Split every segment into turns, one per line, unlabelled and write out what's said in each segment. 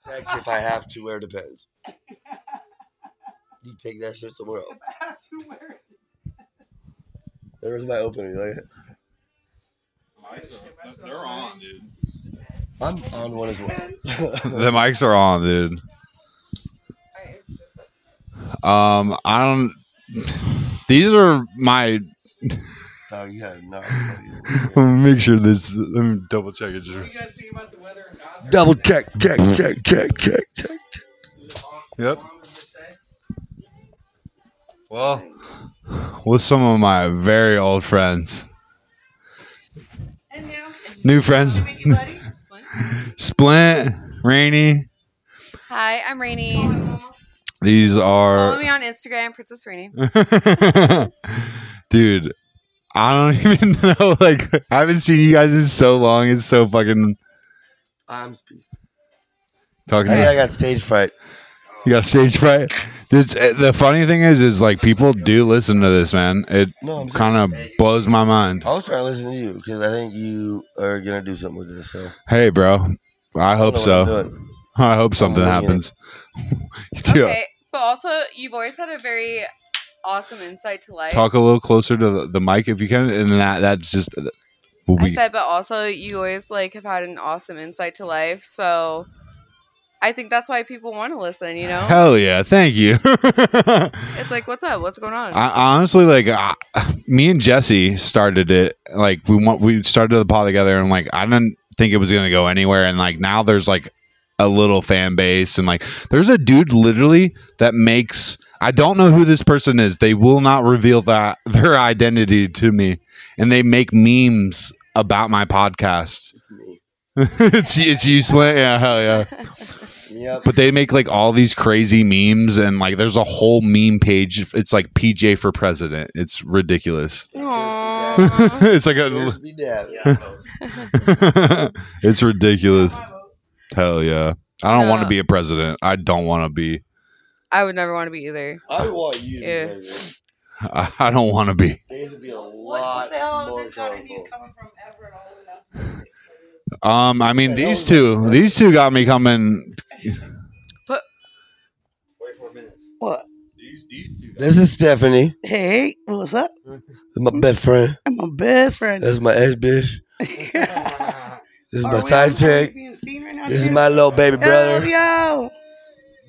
Sex if I have to wear depends. You take that shit somewhere else.
If I have to wear it.
There's my opening. Like,
Mics are- They're on, dude.
I'm on one as well.
The mics are on, dude.
I was just listening.
Um, I don't. These are my.
no, Oh, you had no.
Make sure this. Let me double check
So what do you guys think about the weather in Gaza?
Double check, check, check, check, check, check.
Is it on-
Yep.
on, as they say?
Well, with some of my very old friends,
And now,
new friends, Splint, Rainy.
Hi, I'm Rainey.
These
Follow
are,
me on Instagram, Princess Rainey.
dude. I don't even know. Like, I haven't seen you guys in so long. It's so fucking
I'm.
talking.
Hey,
to-
I got stage fright.
You got stage fright. Dude, it's- eh, the funny thing is, is like people do listen to this, man. It
No, I'm
kind of blows my mind.
I was trying to listen to you because I think you are gonna do something with this. So
Hey, bro. I hope so. I hope something
I'm doing
happens. Dude,
Okay, but also you've always had a very awesome insight to life.
talk a little closer to the, the mic if you can, and that that's just. Will
I
be,
said, but also you always like have had an awesome insight to life. So I think that's why people want to listen. You know,
Hell yeah! Thank you.
it's like, what's up? What's going on?
I I honestly like I, me and Jesse started it like we want we started the pod together and like I didn't think it was gonna go anywhere and like now there's like a little fan base and like there's a dude literally that makes I don't know who this person is they will not reveal that their identity to me and they make memes about my podcast
It's me.
it's it's you Splint yeah hell yeah
Yep.
but they make like all these crazy memes and like there's a whole meme page it's like pj for president it's ridiculous
Aw.
it's like a
Here's me dad.
it's ridiculous
My vote.
hell yeah i don't want to
No.
be a president i don't want to be
I would never want to be either.
I want you to
Yeah.
be president.
i, I don't want to be
Things would be a
What,
lot
what the hell
more
did God and you
colorful.
coming from Everett all the way down to the sticks?
um i mean
Yeah,
these
that was a-
two these two got me coming
What?
these, these two
This is Stephanie.
Hey, what's up?
This is my best friend.
I'm my best friend.
That's my ex bitch. This is my
Are we
side
on- are we
chick.
being seen right now, Oh,
This is
dude?
my little baby brother.
Yo,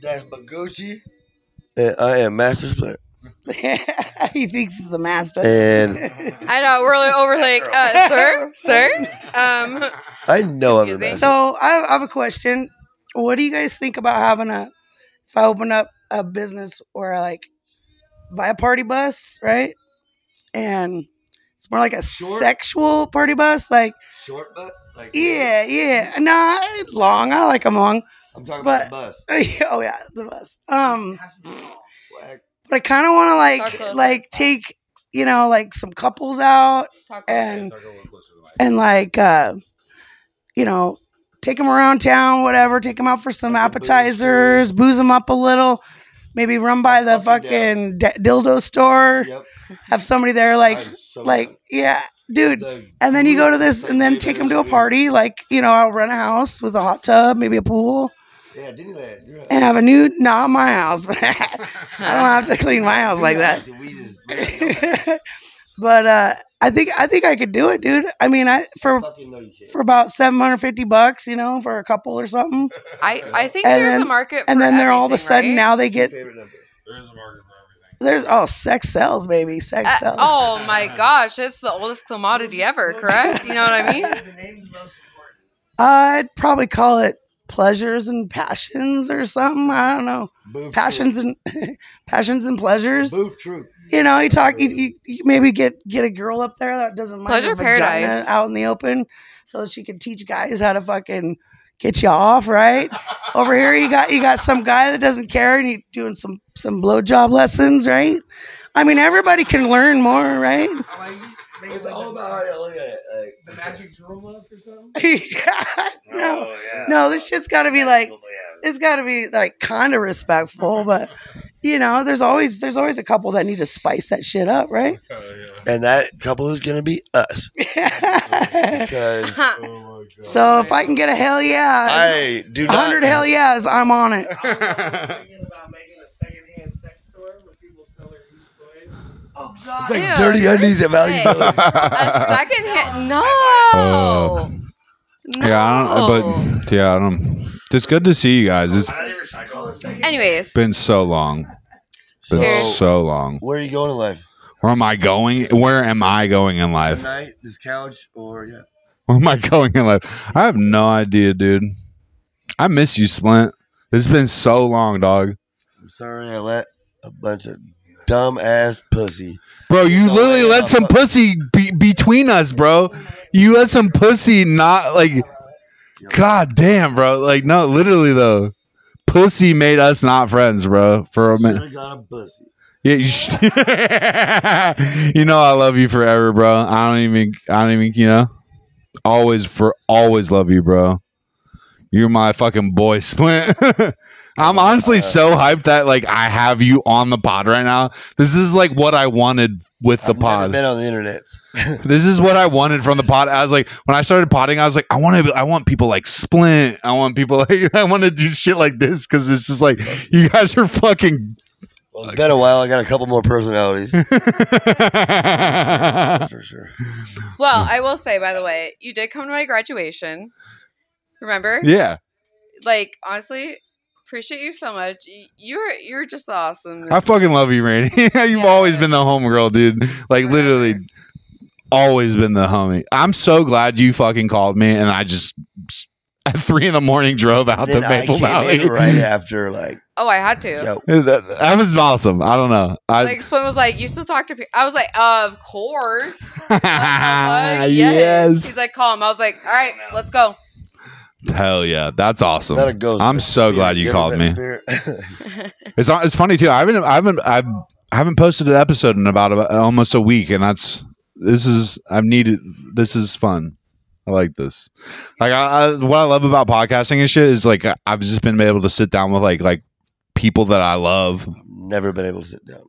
That's my Gucci. And I am Master Splinter.
yo. he thinks he's the master.
And-
I know we're really over like, uh, sir, sir. Um,
I know I'm the
Confusing.
master.
so I have, I have a question. What do you guys think about having a? If I open up a business or like buy a party bus, right? And it's more like a
Sure.
sexual party bus, like
Short bus? Like,
yeah, yeah. Nah, long. I like them long.
I'm talking
about But- the
bus.
oh yeah, the bus. Um.
Whack.
but I kind of want to
Talk closer.
like like take you know like some couples out
talk
Eh,
and and like uh you know take them around town whatever take them out for some
Like a booze
appetizers booze them up a little maybe run by the
Fucking down.
fucking d- dildo store
Yep.
have somebody there like
I'm so
like
done.
yeah dude
The
and then you go to this
group
and then
like
take
later
them to a
that
party like you know I'll rent a house with a hot tub maybe a pool
week. Yeah, Disneyland. You're right.
and have a nude not my house but I don't have to clean my house like that
We just- we just go
but uh, I think I think I could do it, dude. I mean, I for
fucking know you can't.
for about seven hundred fifty bucks, you know, for a couple or something,
I, I think
And
there's a
then-
market.
and
for
then they're all of a
everything,
sudden
right? Uh,
now they get
Favorite number.
there's oh sex sells, baby, sex
Uh,
sells.
oh my gosh, it's the oldest commodity ever, correct? You know what I mean?
The name's most important.
I'd probably call it pleasures and passions or something. I don't know,
Boof
passions and passions and pleasures.
Troop. Boof troop.
You know, you talk, you, you, you maybe get get a girl up there that doesn't mind
Pleasure
her vagina
paradise.
out in the open, so she can teach guys how to fucking get you off right. Over here, you got you got some guy that doesn't care, and you doing some some blowjob lessons, right? I mean, everybody can learn more, right?
I like make it
It's
like
all
the-
about how you look at it. Like,
the magic drill muff or something.
no, no, this shit's got to be like it's got to be like kind of respectful, but you know, there's always there's always a couple that need to spice that shit up, right?
And that couple is gonna be us because oh
So if I can get a hell yeah,
I do
a
not.
hundred hell yeahs, I'm on it.
I was almost thinking about making a secondhand sex store where people sell their used toys.
Oh God.
It's like
Ew,
dirty
you're
undies at Value
sick.
Village.
A second hand? No.
Oh.
no.
Yeah, I don't, uh, but yeah, I don't. It's good to see you guys. It's
I never cycle a second.
Anyways,
been so long. Been
So-
so long.
Where are you going in life?
Where am I going? Where am I going in life?
Tonight, this couch, or yeah.
Where am I going in life? I have no idea, dude. I miss you, Splint. It's been so long, dog.
I'm sorry I let a bunch of dumb ass pussy.
Bro, you
No,
literally
yeah,
let some
fuck.
pussy be between us, bro. You let some pussy not like. God damn, bro. Like, no, literally, though. Pussy made us not friends, bro, for a minute.
I got a pussy.
Yeah, you, sh- you know I love you forever, bro. I don't even, I don't even, you know, always for always love you, bro. You're my fucking boy, Splint. I'm honestly
Uh,
so hyped that like I have you on the pod right now. This is like what I wanted with the
I've never
pod.
been on the internet.
This is what I wanted from the pod. I was like, when I started potting, I was like, I want to, I want people like Splint. I want people like, I want to do shit like this because it's just like you guys are fucking
Well, it's been a while. I got a couple more personalities for sure.
well, I will say, by the way, you did come to my graduation. Remember?
yeah,
Like, honestly, appreciate you so much. Y- You're you're just awesome.
I fucking love you, Randy. You've
Yeah.
always been the homegirl, dude. Like
Whatever.
literally, always been the homie. I'm so glad you fucking called me, and I just at three in the morning drove out
Then
to
I
Maple
came
Valley.
in right after, like,
oh, I had to.
yo,
That, that was awesome. I don't know. I,
Like, Splint was like, you still talk to people. I was like, of course. Like,
Ah, yes.
He's like, call him. I was like, all right, let's go.
Hell yeah, that's awesome.
not a ghost.
I'm
but
so
spirit.
glad you
ever
called
met
me.
spirit?
It's not- it's funny too. I haven't I haven't I've, I haven't posted an episode in about, about almost a week, and that's this is I've needed this is fun. I like this. Like I, I, what I love about podcasting and shit is like I- I've just been able to sit down with like like people that I love.
Never been able to sit down.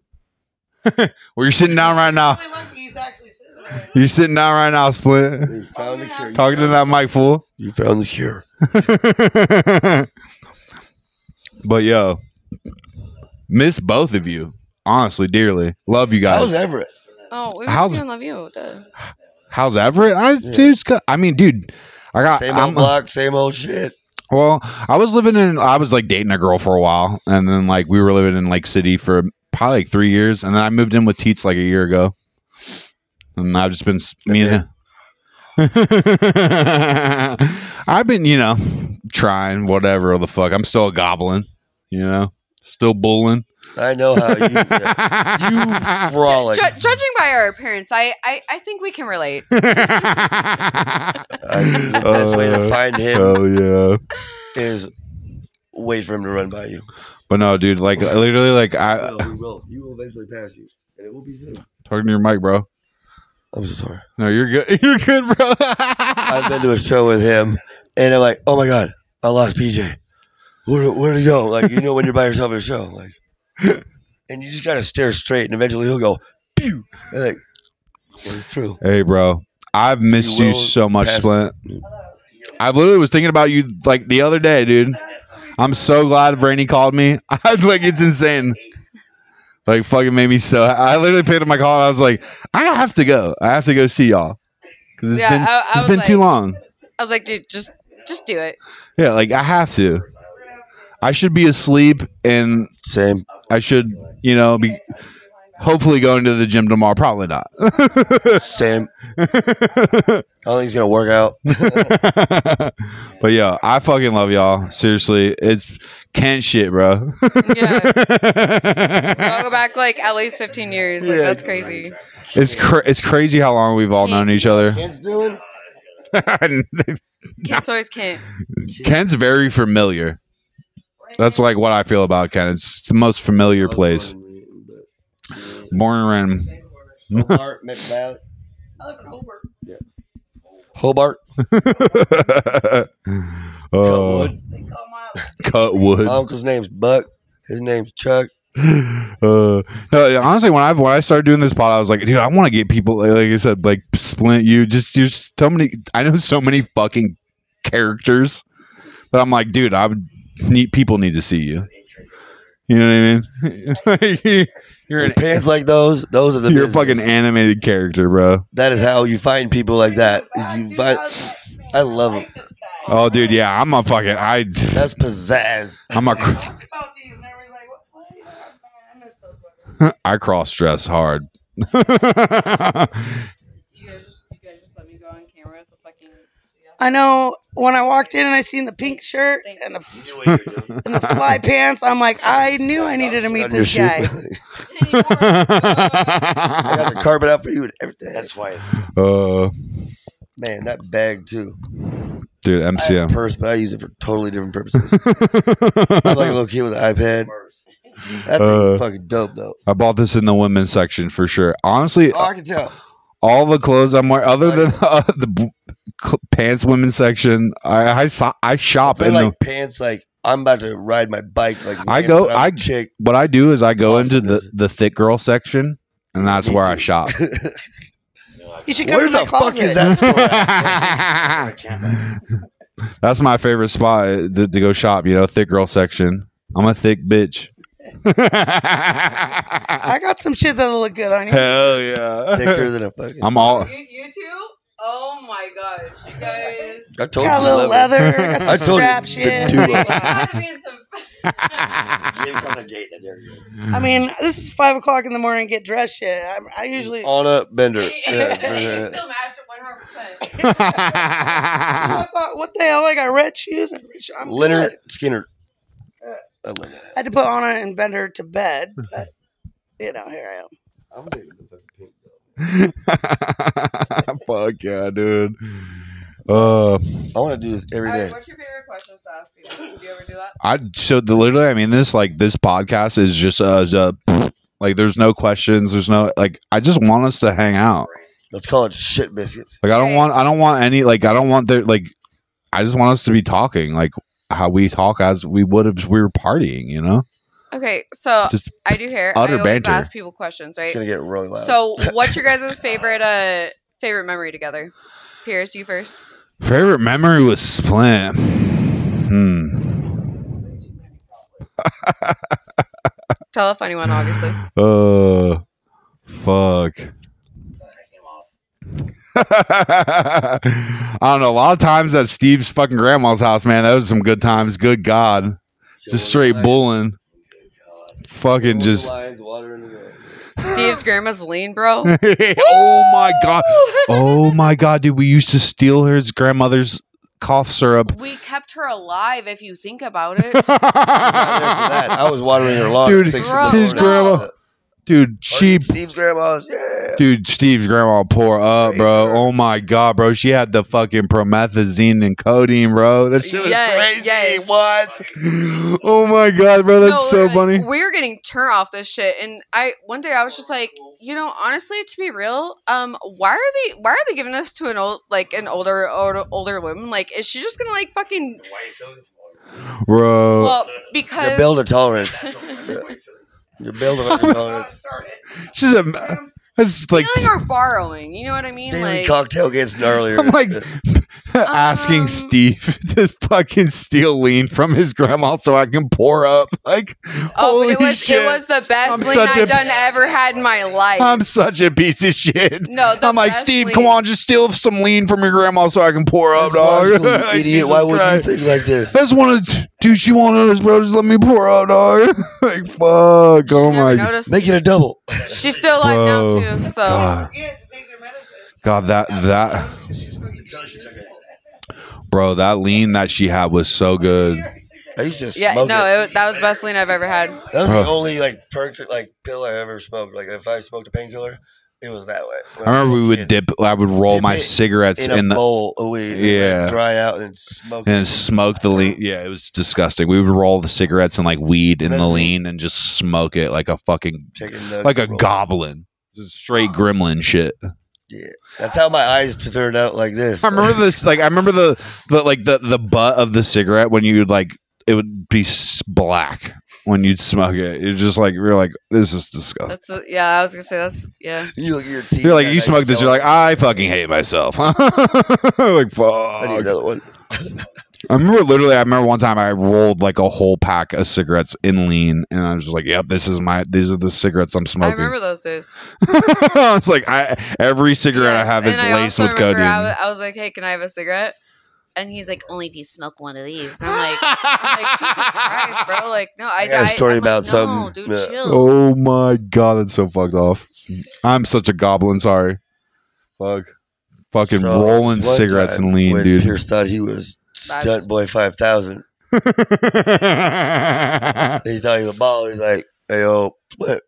Where you're sitting down right now.
Really lucky he's actually sitting there right now.
You're sitting down right now, Split.
You found the cure.
Talking to that mic fool.
You found the cure.
but yo, miss both of you. Honestly, dearly. Love you guys.
How's Everett?
Oh, we
How's-
really love you. Duh.
How's Everett? I dude's got- I mean, dude, I got.
Same
I'm-
old block, same old shit.
well, I was living in. I was like dating a girl for a while, and then like we were living in Lake City for probably like three years, and then I moved in with Teets like a year ago, and I've just been s- me and. I've been, you know, trying whatever the fuck. I'm still a goblin, you know, still bulling.
I know how Oh, you, yeah. you frolic.
Ju- judging by our appearance, I, I, I think we can relate.
I think the best way to
Uh,
find him
oh yeah.
is wait for him to run by you.
But no, dude, like literally, like I
No, we will. He will eventually pass you, and it will be soon.
talking to your mic, bro.
I'm so sorry.
No, you're good. You're good, bro.
I've been to a show with him, and I'm like, oh my god, I lost PJ. Where where to go? Like you know when you're by yourself at a show, like, and you just gotta stare straight, and eventually he'll go, pew. And like, well, it's true.
hey, bro, I've missed
You
you,
will
so much,
pass-
Splint. I literally was thinking about you like the other day, dude. I'm so glad Rainey called me. I like it's insane. Like fucking made me so. I literally picked up my call. And I was like, I have to go. I have to go see y'all because it's
Yeah,
been
I- I
it's
was
been too
like-
long.
I was like, dude, just just do it.
Yeah, like I have to. I should be asleep and
Same.
I should, you know, be hopefully going to the gym tomorrow. Probably not.
Same. I don't think he's gonna work out.
but yeah, I fucking love y'all. Seriously, it's can shit, bro.
Yeah, I'll go back like at least 15 years. Like,
Yeah.
that's crazy.
it's cra- it's crazy how long we've all known each other.
Ken's doing.
Kids always can't.
Ken's very familiar. That's like what I feel about Ken. It's the most familiar place. Born and
Hobart, McValley.
I live in Hobart.
Hobart,
ran. oh,
Cutwood.
They call my
cut wood.
My uncle's name's Buck. His name's Chuck.
uh, no, honestly, when I when I started doing this pod, I was like, dude, I want to get people. Like I said, like Splint, you just you just so many. I know so many fucking characters. But I'm like, dude, I would need people need to see you. You know what I mean? Like, you're an,
With pants like those, those are the.
you're a
business.
fucking animated character, bro.
That is how you find people like that. Is you find I love him.
Oh, dude, yeah, I'm a fucking I.
That's pizzazz.
I'm a I cross dress hard.
You guys just you guys just let me go on camera with the fucking
I know when I walked in and I seen the pink shirt and the
You knew what you were doing.
and the fly pants, I'm like, I knew I needed to meet
Got your
this
shoe-
guy.
I got the carpet out for you and everything. That's why, it's,
uh,
man, that bag too.
dude,
I have a
MCM.
purse, but I use it for totally different purposes. I'm like a little kid with an iPad. That thing's
Uh,
fucking dope though.
I bought this in the women's section for sure. Honestly,
Oh, I can tell.
all the clothes I'm wearing, other than uh, the b- cl- pants women's section, I I, so- I shop
They're
in
like
the.
pants. Like I'm about to ride my bike. Like
I
man,
go-
but I'm a
I-
chick.
What I do is I go into
Awesome,
the
is it?
the thick girl section, and that's
Me
where I
too.
shop.
You should come
Where
to my
the fuck
closet.
is that store? at?
That's my favorite spot uh, to, to go shop. You know, thick girl section. I'm a thick bitch.
I got some shit that'll look good on you.
Hell yeah!
Thicker than a fucking.
I'm all.
You, you two? Oh my gosh, you guys.
I told
Got a
you.
little
leather.
leather. I got some
I told you,
strap
the
shit.
duo.
You guys are being some-
I mean, this is five o'clock in the morning. Get dressed shit. I, I usually
On up, Bender.
You
Yeah.
still match it 100%.
I thought, what the hell? I got red shoes and red shoes. I'm
Leonard
good.
Skinner. I love that.
I had to put Anna and Bender to bed, but you know, here I am.
I'm digging the fucking pink though.
Fuck yeah, dude. Uh,
I want to do this every
All right,
day.
what's your favorite questions to ask people? Do you ever do that?
I so the literally, I mean, this like this podcast is just uh, uh like there's no questions, there's no like. I just want us to hang out.
Let's call it shit biscuits.
Like I don't
Right.
want I don't want any like I don't want there like I just want us to be talking like how we talk as we would if we were partying, you know?
Okay, so
Just
I do hair.
utter
I always
banter.
ask people questions,
It's
right?
gonna get really loud.
So, what's your guys' favorite uh favorite memory together? Pierce, you first.
favorite memory was Splint. Hmm.
Tell a funny one, obviously.
Uh fuck. I don't know. A lot of times at Steve's fucking grandma's house, man, those was some good times. Good God. Just
Oh
straight bulling. Fucking just
Steve's grandma's lean, bro.
oh my god. Oh my god, dude. We used to steal his grandmother's cough syrup.
We kept her alive, if you think about it.
that. I was watering her lawn.
Dude,
at six in the
Bro,
morning.
his grandma-
dude, she
Steve's grandma's. Yeah.
dude, Steve's grandma pour up, bro. Oh my god, bro. She had the fucking promethazine and codeine, bro. That shit was
Yes,
crazy.
yes.
What? Oh my god, bro. That's
No,
so funny.
literally, We were getting turned off this shit, and I one day I was just like, you know, honestly, to be real, um, why are they why are they giving this to an old like an older older, older woman? Like, is she just gonna like fucking
Bro.
well
Your
because
build a tolerance. Your build a fucking tolerance.
She's a it's like
stealing or borrowing? You know what I mean?
Daily
like,
cocktail gets gnarlier.
I'm like asking
Um,
Steve to fucking steal lean from his grandma so I can pour up. Like,
oh,
holy
it was
shit!
it was the best
I'm
lean
such a-
I've done ever had in my life.
I'm such a piece of shit.
no, the
I'm like
best
Steve,
lean-
come on, just steal some lean from your grandma so I can pour up,
That's
dog.
logical, you
Like,
idiot.
Jesus
Why would you
Christ.
think like this?
That's one of the- dude. She wanted us, bro. Just let me pour up, dog. like, fuck.
She never
Oh my
noticed.
Make it a double.
She's still alive
Bro.
now too. So
god, God, that that bro, that lean that she had was so good.
I used to smoke
yeah, no,
it.
it, that was the best lean I've ever had.
That was the
Huh.
only like perk like pill I ever smoked. Like if I smoked a painkiller, it was that way.
I remember we would
Kid.
dip. I would roll
Dip
my
it
cigarettes
in
in
a
the
bowl of weed, yeah,
Yeah.
dry out and smoke.
and
it.
smoke the lean. Yeah, it was disgusting. We would roll the cigarettes and like weed in the lean and just smoke it like a fucking
Taking the
like a
roll.
goblin, just straight gremlin shit.
That's how my eyes turned out like this.
I remember this. Like I remember the the like the the butt of the cigarette when you would like it would be s- black when you'd smoke it. You're just like you're like this is disgusting.
That's yeah. I was gonna say that's yeah.
you look at your teeth.
You're like
that
you
night,
smoke this. You're like I fucking hate myself. like
I need
fuck.
another one.
I remember literally. I remember one time I rolled like a whole pack of cigarettes in lean, and I was just like, "Yep, this is my. These are the cigarettes I'm
I
smoking."
remember those days.
it's like I every cigarette I
Yes,
have is
and I
laced
also
with
remember I
codeine.
was, I was like, "Hey, can I have a cigarette?" And he's like, "Only if you smoke one of these." And I'm like, I'm like "Jesus Christ, bro! Like, no, I,
I got a
I-
story
I'm
about
like, No,
something.
dude,
Yeah.
chill.
oh my god, that's so fucked off. I'm such a goblin. Sorry, fuck, fucking
So,
rolling
one
cigarettes
time
and lean,
when
dude.
Pierce thought he was
Vibes.
stunt boy five thousand. He thought he was a baller. He's like, hey, yo, what?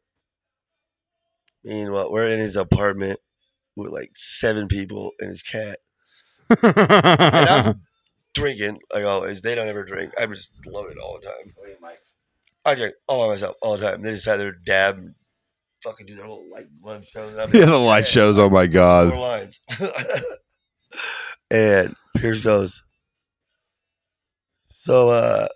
Meanwhile, we're in his apartment with like seven people and his cat. And I'm drinking, like always. They don't ever drink. I just love it all the time. I drink all by myself all the time. They just had their dab and fucking do their whole like love shows. And I'm
yeah,
like,
the light
"Yeah."
shows. Oh my
four
god.
lines. and Pierce goes, So uh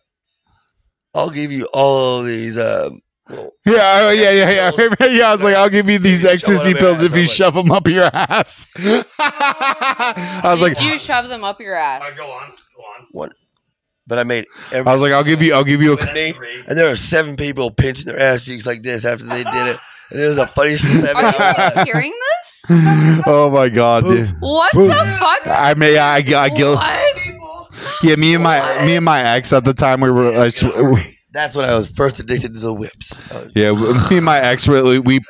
I'll give you all of these um well,
Yeah, oh, yeah, yeah, yeah. I remember- yeah, I was like, I'll give you these
Shove one
ecstasy
up
pills
your ass.
if you
I'm like-
shove them up your ass. I was like,
Did you shove them up your ass?
on, Uh, go on.
but I made
I was
every
like, I'll give you, I'll give you a.
me, and there were seven people pinching their ass cheeks like this after they did it. And it was the funniest seven
Are you
hours.
guys hearing this?
Oh my god,
Boof.
dude.
What
Bro.
the fuck?
I may, I, I, I guilt.
What?
People.
Yeah, me and my, me and my ex at the time we were, I sw-
That's when I was first addicted to the whips. I was-
yeah, me and my ex really, we,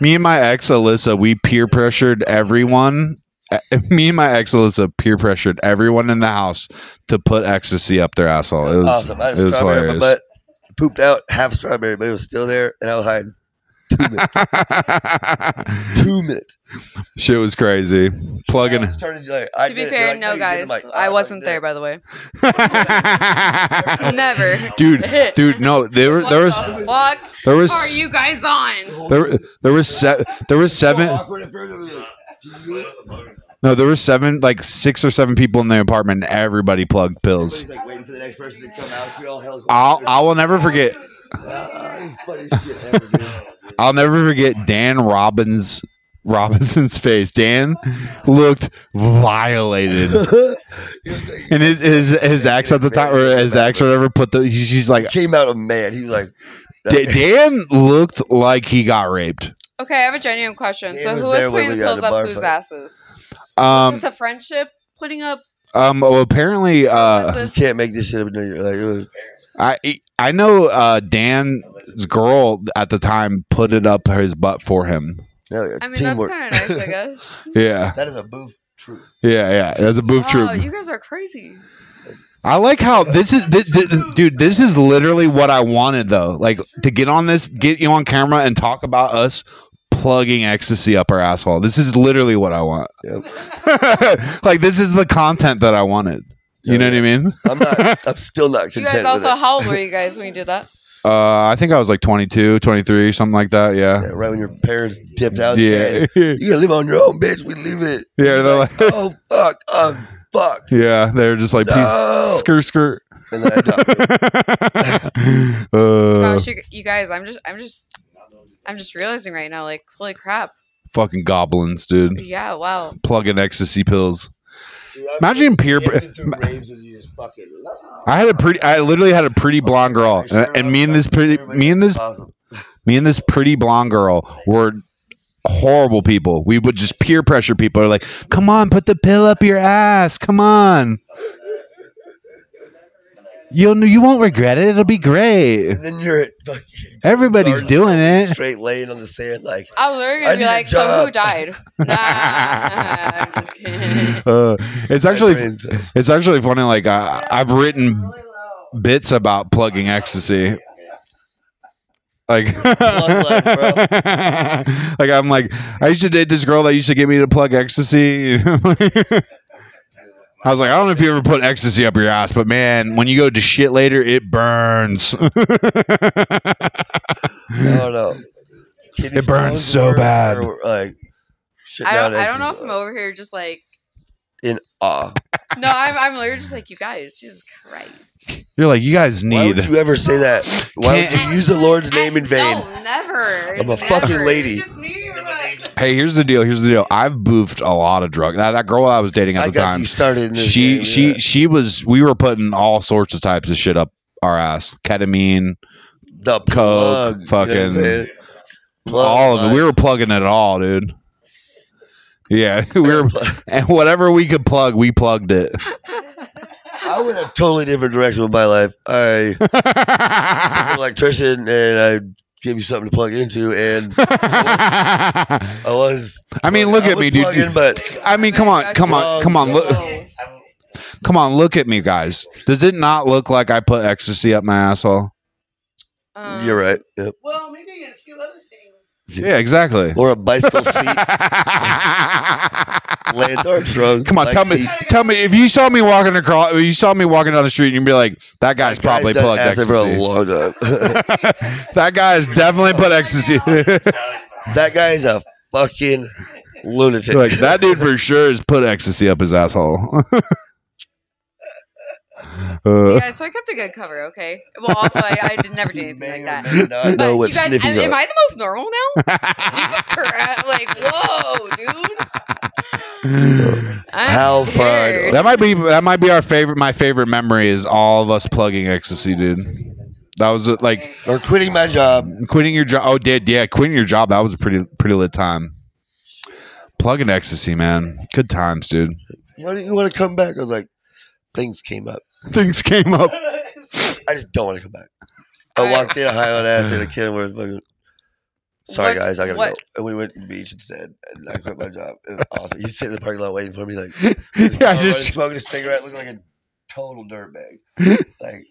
me and my ex Alyssa, we peer pressured everyone. Uh, Me and my ex Alyssa peer pressured everyone in the house to put ecstasy up their asshole. It was
awesome. I had
it
a
was
strawberry up my
hilarious.
butt, pooped out half a strawberry, but it was still there, and I was hiding two minutes. two minutes.
Shit was crazy. Plugging.
I started, like, I
To be
did it.
fair,
They're like,
no,
you did it.
guys,
I'm like,
I
like
wasn't
this.
there, by the way.
it.
Never.
dude, dude, no, there were
What
there was
the fuck
there was
are you guys on?
there there was se- there was seven no there were seven like six or seven people in the apartment. And everybody plugged pills.
like waiting for the next person to come out. So all hell Ah,
I'll I will never forget. I'll never forget Dan Robbins Robinson's face. Dan looked violated. And his his, his ex at the time or his ex or whatever put the she's like
Came out a man. He was like,
D- Dan looked like he got raped.
Okay, I have a genuine question.
It
So
was
who was
there when
putting
we
the
got
pills
the
up
bar
whose
fight.
asses?
Um
was this a friendship putting up?
um well, apparently uh
was this
can't make this shit up. Like, it was,
I I know uh Dan's girl at the time put it up his butt for him.
no,
I mean,
teamwork.
that's kind of nice, I guess.
Yeah.
that is a boof truth.
Yeah, yeah. That's a boof troop.
Mm. Wow, you guys are crazy.
I like how this is, this, this, dude. This is literally what I wanted, though. Like to get on this, get you on camera, and talk about us plugging ecstasy up our asshole. This is literally what I want. like this is the content that I wanted. You
Yeah,
know what I mean?
I'm not. I'm still not
You
content.
guys also,
with it.
how old were you guys when you did that?
Uh, I think I was like 22, 23, something like that.
Yeah,
Yeah.
right when your parents tipped out, and
Yeah.
said, "You gotta live on your own, bitch. We leave it."
Yeah,
You're
they're like-
"Oh fuck, I'm fucked."
yeah. They're just like, no.
No.
skirt, skirt.
And then I adopted.
uh,
Gosh, you, you guys, I'm just, I'm just, I'm just realizing right now, like, holy crap.
fucking goblins, dude.
Yeah, wow.
Plugging ecstasy pills.
Dude, I'm
Imagine
just
peer-
dancing through raves with you, just fucking,
I had a pretty. I literally had a pretty blonde girl, and, Oh, and me and this pretty, me and this,
Awesome.
me and this pretty blonde girl were horrible people. We would just peer pressure people. We're like, "Come on, put the pill up your ass. Come on, you'll you won't regret it. It'll be great.
And then you're at fucking
Everybody's
garden
doing
state,
it."
Straight laying on the sand, like
I was literally
I
gonna be
need a
like, so who
job.
died? Nah, I'm just kidding.
Uh, it's actually,
Friends, uh,
it's actually funny. Like I, I've written bits about plugging ecstasy. Like,
life,
like I'm like I used to date this girl that used to get me to plug ecstasy. I was like, I don't know if you ever put ecstasy up your ass, but man, when you go to shit later, it burns.
I don't know. Kidney
It burns
stones
so
were-
bad.
were, like, shit
I don't,
down
I don't know if
asses,
I'm
uh,
over here just like,
in awe.
no, I'm, I'm literally just like, you guys, Jesus Christ.
You're like, you guys
Why would
need.
you ever say that? Why would
Can't-
you use the Lord's name in vain?
No, never.
I'm a
never.
fucking lady.
Just me, you're like,
Hey, here's the deal. Here's the deal. I've boofed a lot of drugs. That, that girl I was dating at
I
the
got
time,
you started. In this
she
game,
she
yeah.
she was. We were putting all sorts of types of shit up our ass. Ketamine,
the
coke,
plug, you know what I'm
fucking-
saying? Plug
all of it.
line.
We were plugging it all, dude. Yeah, we were, and whatever we could plug, we plugged it.
I went a totally different direction with my life. I was an electrician, and I gave you something to plug into, and
I
I was.
mean, look
I
at
was
me, dude.
plugging, But
I mean, come on, come on, come on, look, come on, look at me, guys. Does it not look like I put ecstasy up my asshole?
Um,
you're right. Yep.
Well, maybe a few other things.
Yeah, exactly.
Or a bicycle seat, Lance
Come
Armstrong.
on,
bike
tell me,
seat.
tell me if you saw me walking across, if you saw me walking down the street, and you'd be like, "That guy's
Guys
probably
done
plugged
acid for a
ecstasy."
long time.
that guy's definitely put ecstasy.
that guy is a fucking lunatic.
like that dude for sure has put ecstasy up his asshole. Uh,
Yeah, Um, so I kept a good cover, okay? Well, also, I, I did never do
He may
anything like
or
that.
may not
But
know what
you guys,
sniffies
am, am
are.
I the most normal now? Jesus Christ! Like, whoa, dude! I'm
How fun.
scared.
that might be that might be our favorite. My favorite memory is all of us plugging ecstasy, dude. That was uh, like
or quitting my job.
quitting your job. Oh, did yeah, quitting your job. That was a pretty pretty lit time. Plugging ecstasy, man. Good times, dude.
Why do not you want to come back? I was like, things came up.
Things came up.
I just don't want to come back. I walked in a high on ass and a kid where fucking. Sorry
What-
guys, I gotta
what-
go. And we went to the beach instead, and I quit my job. It was awesome. He's sitting in the parking lot waiting for me, like
yeah, I
oh,
just
smoking a cigarette, looking like a total dirtbag. Like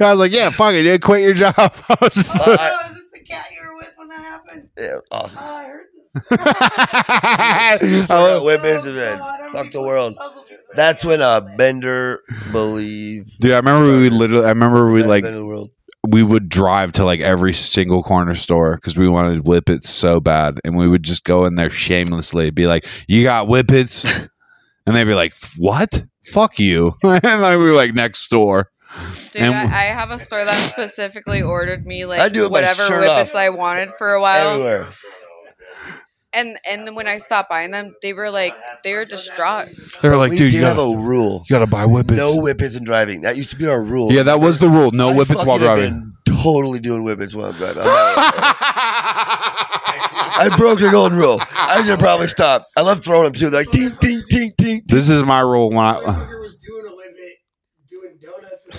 I was like, yeah, fuck it, dude. Quit your job. I was just-
Uh, I-
is this the cat you were with when that happened?
yeah, awesome.
Oh, I heard this. Oh,
I
I
was-
women and then fuck the world. That's when uh, a bender believe.
Dude, I remember we literally. I remember we like
Bend the world.
we would drive to like every single corner store because we wanted whippets so bad, and we would just go in there shamelessly, be like, "You got whippets," and they'd be like, "What? Fuck you!" and like, we were like next door.
Dude,
And-
I, I have a store that specifically ordered me like
I do it by
whatever
shirt
whippets
off.
I wanted for a while,
Everywhere.
and and then when I stopped buying them, they were like they were distraught.
They're like,
we
"Dude,
do
you
have
gotta,
a rule:
you gotta buy whippets."
no whippets and driving. That used to be our rule.
yeah, that was the rule. No
I
whippets while
fucking have
driving.
Been totally doing whippets while I'm driving. I'm not- I broke the golden rule. I should probably stop. I love throwing them too. They're like ding, ding, ding, ding.
this is my rule when I.
Motherfucker was doing a limit, doing donuts in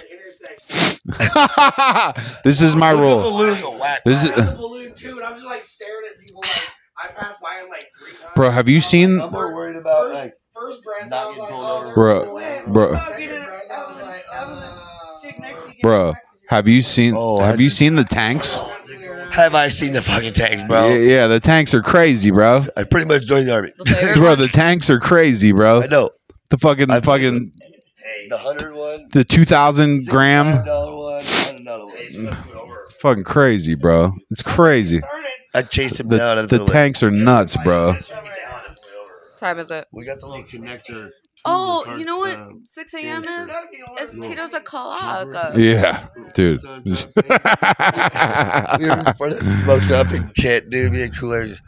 the intersection.
this is my rule.
Balloon will whack.
This
I had
is,
the balloon too, and I'm just like staring at people. Like, I passed by him like three times.
bro. Have you seen?
I'm more
First-
worried about
first,
like
first breath,
not
I was
getting
like,
pulled
oh,
over.
they're
Bro,
going
bro.
oh,
over. Second breath, I was like, uh,
Bro, have you seen?
Oh, I
have you
did-
seen the tanks?
have I seen the fucking tanks, bro?
Yeah, yeah, the tanks are crazy, bro.
I pretty much joined the army.
The flavored
Bro,
ones-
the tanks are crazy, bro.
I know
The fucking
I-
fucking
the hundred one,
the two thousand gram,
dollar one, hundred dollar one.
fucking crazy, bro. It's crazy.
I chased him down
The
at the,
the tanks are nuts, bro.
"Ah,
What time is it?
We got the um, little connector.
Oh, you know what? Six a.m. is is
Well,
Tito's a clock.
Yeah, dude.
we were in front of the smoke shop and Kent, dude, me and Cooler just.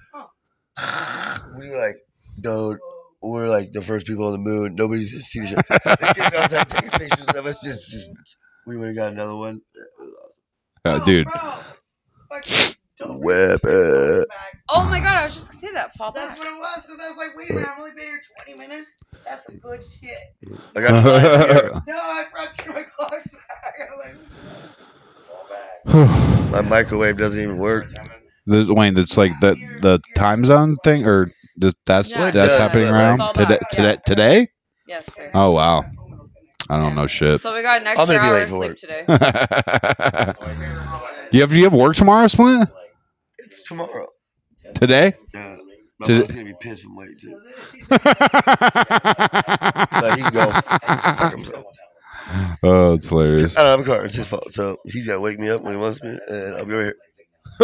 We were like, dude, we're like the first people on the moon. Nobody's gonna see this. Shit. They came outside taking pictures of us. Just, just we would have got another one.
Uh, dude,
Oh,
Whip it.
Oh my god, I was just gonna say that. Fall
That's
back.
what it was, because I was like, wait a minute, I've only been here 20 minutes. That's some good shit.
I got five beers.
No, I brought you my clocks back. I'm like,
my microwave doesn't even work.
This- Wayne, that's like the the time zone thing, or th- that's
Yeah.
that's
Yeah.
happening
Yeah.
around today. Today, today?
Yes, sir.
Oh wow, I don't know shit.
So we got an
gonna be
extra hour
late
of
for
sleep
work.
today.
you have do you have work tomorrow, Splint?
It's tomorrow.
Today?
Yeah. My
Did-
mom's gonna be pissed from late too.
but
he can go fuck himself.
Oh, it's hilarious.
I don't have a car. It's his fault. So he's gotta wake me up when he wants me, and I'll be right here.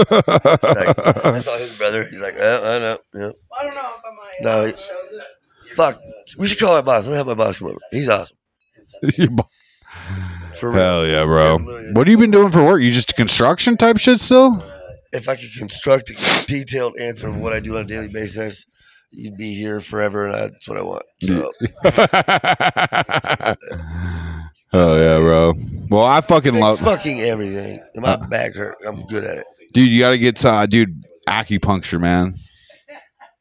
Like, I saw his brother. He's like, oh, I know. Yeah.
I don't know if
No,
I'm like,
he- fuck. We should call my boss. Let's have my boss come over. He's awesome.
Your bo-
For real.
Hell yeah, bro. What have you been doing for work? You just construction type shit still?
if I could construct a detailed answer of what I do on a daily basis, you'd be here forever, and that's what I want. So,
oh yeah, bro. Well, I fucking
it's
love,
fucking everything. My back hurt. I'm good at it.
dude. You got to get, uh, dude, acupuncture, man.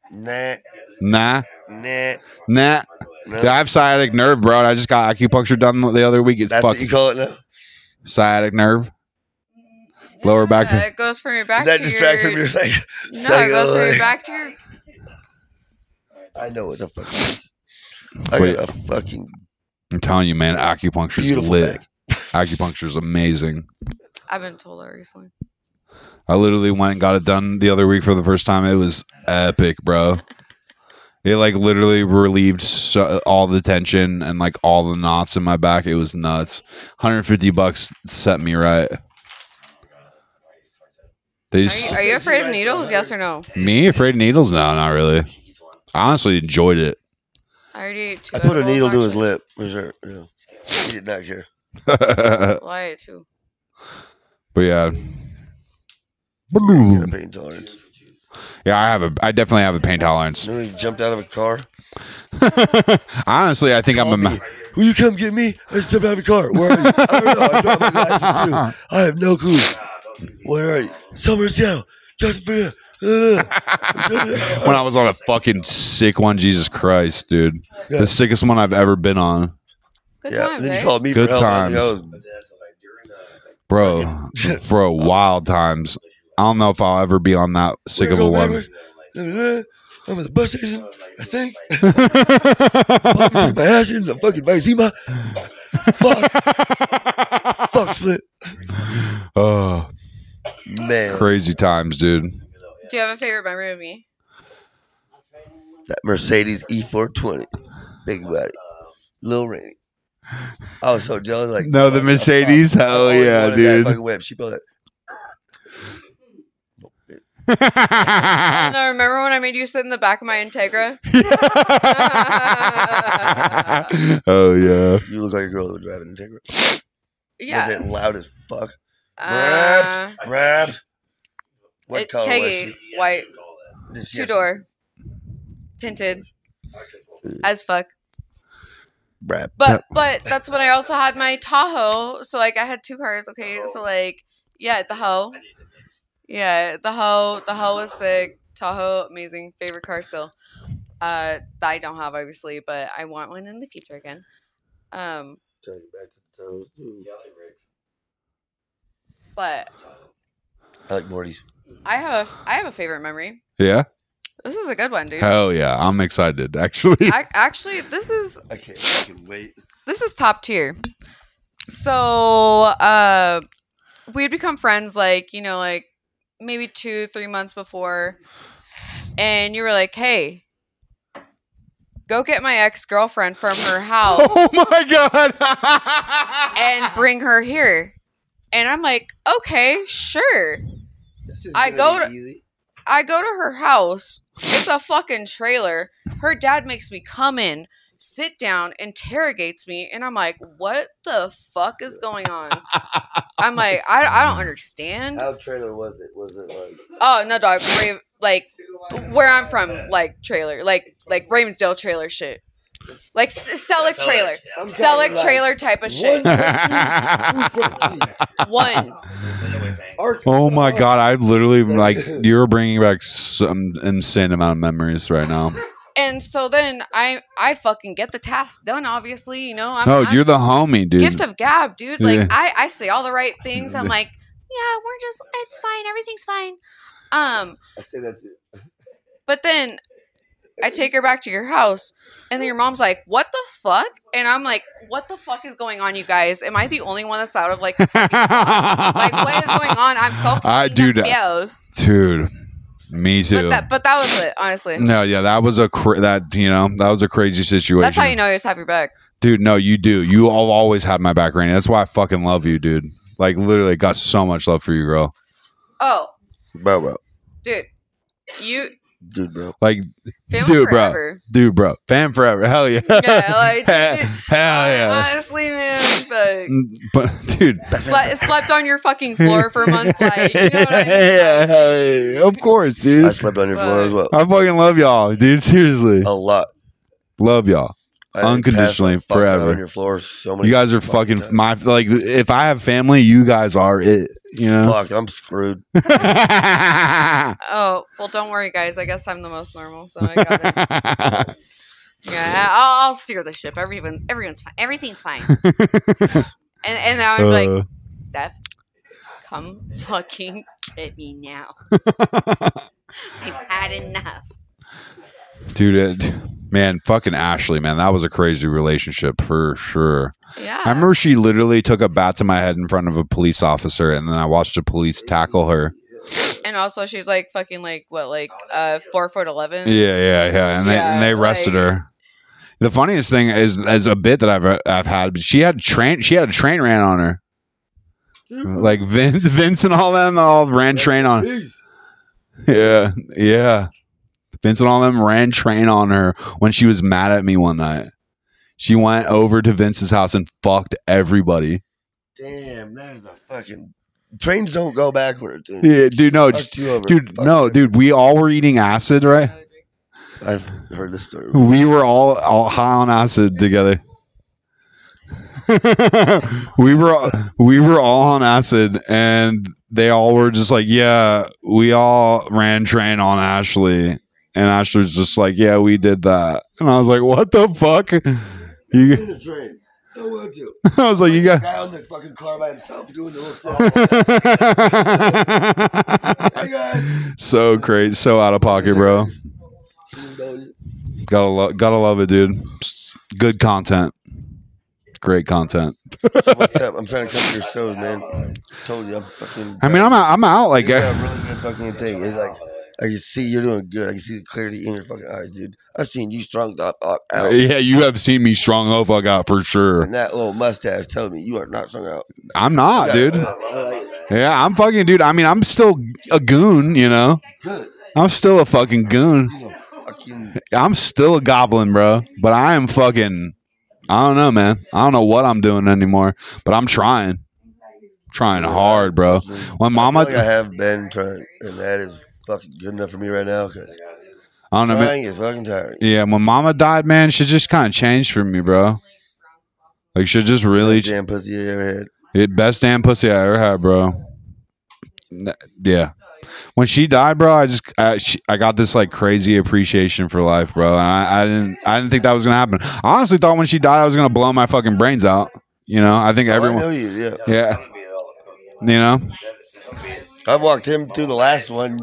Nah,
Nah,
nah,
nah.
nah.
Dude, I have sciatic nerve, bro. and I just got acupuncture done the other week. It's
that's e- what
fucking
you call it now.
sciatic nerve, lower back.
Yeah, it goes from your back.
Does that
to
distract
your,
from your psych?
No, it goes from your
like-
back to your.
I know what the fuck. It is. I
Wait.
got a fucking
I'm telling you, man, acupuncture's
beautiful
lit.
back.
Acupuncture's amazing.
I've been told that recently.
I literally went and got it done the other week for the first time. It was epic, bro. It like literally relieved so, all the tension and like all the knots in my back. It was nuts. 150 bucks set me right. They
Are
just,
you, are you afraid of needles? Yes or no?
me afraid of needles? No, not really. I honestly enjoyed it.
I already ate two.
I put a
edibles,
needle to his
actually.
lip. Was there? Yeah. He did not care.
but
Well, I ate two.
yeah,
He had a pain tolerance.
yeah, I have a, I definitely have a pain tolerance.
Remember he jumped out of a car.
honestly, I think I'm a,
Will you come get me? I just jumped out of a car. Where are you? I don't know. I dropped my glasses too. I have no clue. Where are you? Somewhere in Seattle. Just for
when I was on a fucking sick one. Jesus Christ, dude.
Yeah.
The sickest one I've ever been on.
Good
yeah.
times,
then
eh?
he called me
Good
for help. I think I
times.
was-
Bro, bro, wild times. I don't know if I'll ever be on that sick
We're
of a
going
one.
backwards. I'm at the bus station. I think. I
Fuck.
took my ass in the fucking Vizima. Fuck. Fuck split.
oh,
Man.
crazy times, dude.
Do you have a favorite memory of me?
That Mercedes E E420. Big body. Lil Rainy. I was so jealous. Like,
No, the Mercedes. Hell
always
yeah,
wanted That
dude.
fucking whip. She built it. Ah.
No, remember when I made you sit in the back of my Integra?
oh yeah.
You look like a girl that would drive an Integra. Was
Yeah.
it loud as fuck?
Uh,
Wrapped. What
it,
color
Teggy,
was she?
white,
This-
two
yes,
door, tinted, as fuck.
Wrapped.
But but that's when I also had my Tahoe. So like I had two cars. Okay, so like yeah, the hoe. Yeah, the hoe. The hoe was sick. Tahoe, amazing, favorite car still. Uh, that I don't have obviously, but I want one in the future again. Um,
Turn it back to the toes. Ooh.
but
I like Morty's.
I have a, I have a favorite memory.
Yeah.
This is a good one, dude.
Hell yeah. I'm excited. Actually.
Ac actually, this is
I can't fucking wait.
this is top tier. So uh we had become friends like, you know, like maybe two, three months before. And you were like, hey, go get my ex girlfriend from her house
Oh my god.
and bring her here. And I'm like, okay, sure. I go to I go to her house. It's a fucking trailer. Her dad makes me come in, sit down, interrogates me, and I'm like, "What the fuck is going on?" I'm like, "I, I don't understand."
How trailer was it? Was it like
Oh no, dog, Ra- like where I'm from, like trailer, like like Ravensdale trailer shit, like S- Selleck trailer, Selleck trailer type of shit.
E
One,
oh my god! I literally like you're bringing back some insane amount of memories right now.
and so then I I fucking get the task done. Obviously, you know, I'm,
No,
I'm
you're the homie, dude.
gift of gab, dude. Like
Yeah.
I, I say all the right things. I'm
Yeah.
like, yeah, we're just it's fine, everything's fine. Um,
I say that's it.
but then I take her back to your house, and then your mom's like, "What the fuck?" And I'm like, "What the fuck is going on, you guys? Am I the only one that's out of like, like what is going on? I'm so fucking
I- dude, uh,
confused."
dude? Me
But
too.
that, but that was it, honestly.
no, yeah, that was a cra- that you know that was a crazy situation.
That's how you know you just have your back.
dude. No, you do. You all always had my back, Randy. That's why I fucking love you, dude. Like literally, got so much love for you, girl.
Oh,
Bro, bro.
dude, you
Dude, bro.
Like,
family
Dude, bro.
forever.
dude, bro, fan forever. Hell yeah.
Yeah, like,
hell,
dude,
hell yeah. Mm,
Honestly, man. Like,
but dude,
sle- slept on your fucking floor for months. Like, you know what I mean? Like,
yeah, of course,
I
dude.
slept on your floor as well.
I fucking love y'all, dude. Seriously,
A lot.
love y'all.
I passed
Unconditionally,
the fuck out
forever.
On your floor so many
You guys are fucking
times.
my like. If I have family, you guys are it. You know.
Fuck, I'm screwed.
oh, well, don't worry, guys. I guess I'm the most normal, so I got it. Yeah, I'll, I'll steer the ship. Everyone, everyone's fine. Everything's fine. and and now I'm
Uh.
like, Steph, come fucking get me now. I've had enough.
dude, it, man, fucking Ashley, man, that was a crazy relationship for sure.
Yeah.
I remember she literally took a bat to my head in front of a police officer, and then I watched the police tackle her.
and also, she's like fucking like what like uh four foot eleven.
Yeah, yeah, yeah. And they
Yeah,
and they arrested
like-
her. The funniest thing is is a bit that I've I've had. but She had train. She had a train ran on her. Like Vince, Vince, and all them all ran train on. Yeah, yeah. Vince and all them ran train on her when she was mad at me one night. She went over to Vince's house and fucked everybody.
Damn, that is a fucking. Trains don't go backwards. Dude.
Yeah, dude, no,
Fucked you over.
dude,
Fuck
no,
you.
dude. We all were eating acid, right?
I've heard this story.
We were all, all high on acid together. we were all- we were all on acid, and they all were just like, "Yeah, we all ran train on Ashley," and Ashley was just like, "Yeah, we did that," and I was like, "What the fuck?" You,
the train. No one to.
I was like, "You got."
guy on the fucking car by himself doing the little
so crazy, so out of pocket, bro. Gotta lo- gotta love it, dude. Good content, great content.
What's up? I'm trying to come to your shows, man. Told you, I'm fucking.
I mean, I'm out. I'm out. Like,
This is a
uh,
really good fucking thing. It's like I can see you're doing good. I can see the clarity in your fucking eyes, dude. I've seen you strung the fuck out.
yeah, you have seen me strong off. I got for sure.
And that little mustache tells me you are not strung out.
I'm not, dude. Oh,
Good.
Yeah, I'm fucking, dude. I mean, I'm still a goon. You know, I'm still a fucking goon.
You know, fucking
I'm still a goblin, bro. But I am fucking. I don't know, man. I don't know what I'm doing anymore, but I'm trying, trying hard, bro. My
I, feel like I
mama.
have been trying, and that is fucking good enough for me right now. Cause
I don't know. man.
trying is fucking tiring.
Yeah, when Mama died, man, she just kind of changed for me, bro. Like she just really
Jam pussy you ever had.
It best damn pussy I ever had, bro. N- Yeah. When she died, bro, I just I, she, I got this like crazy appreciation for life, bro. And I, I didn't I didn't think that was gonna happen. I honestly thought when she died, I was gonna blow my fucking brains out. You know, I think
Everyone. Oh, I know
everyone.
you. Yeah,
Yeah. You know,
I walked him through the last one,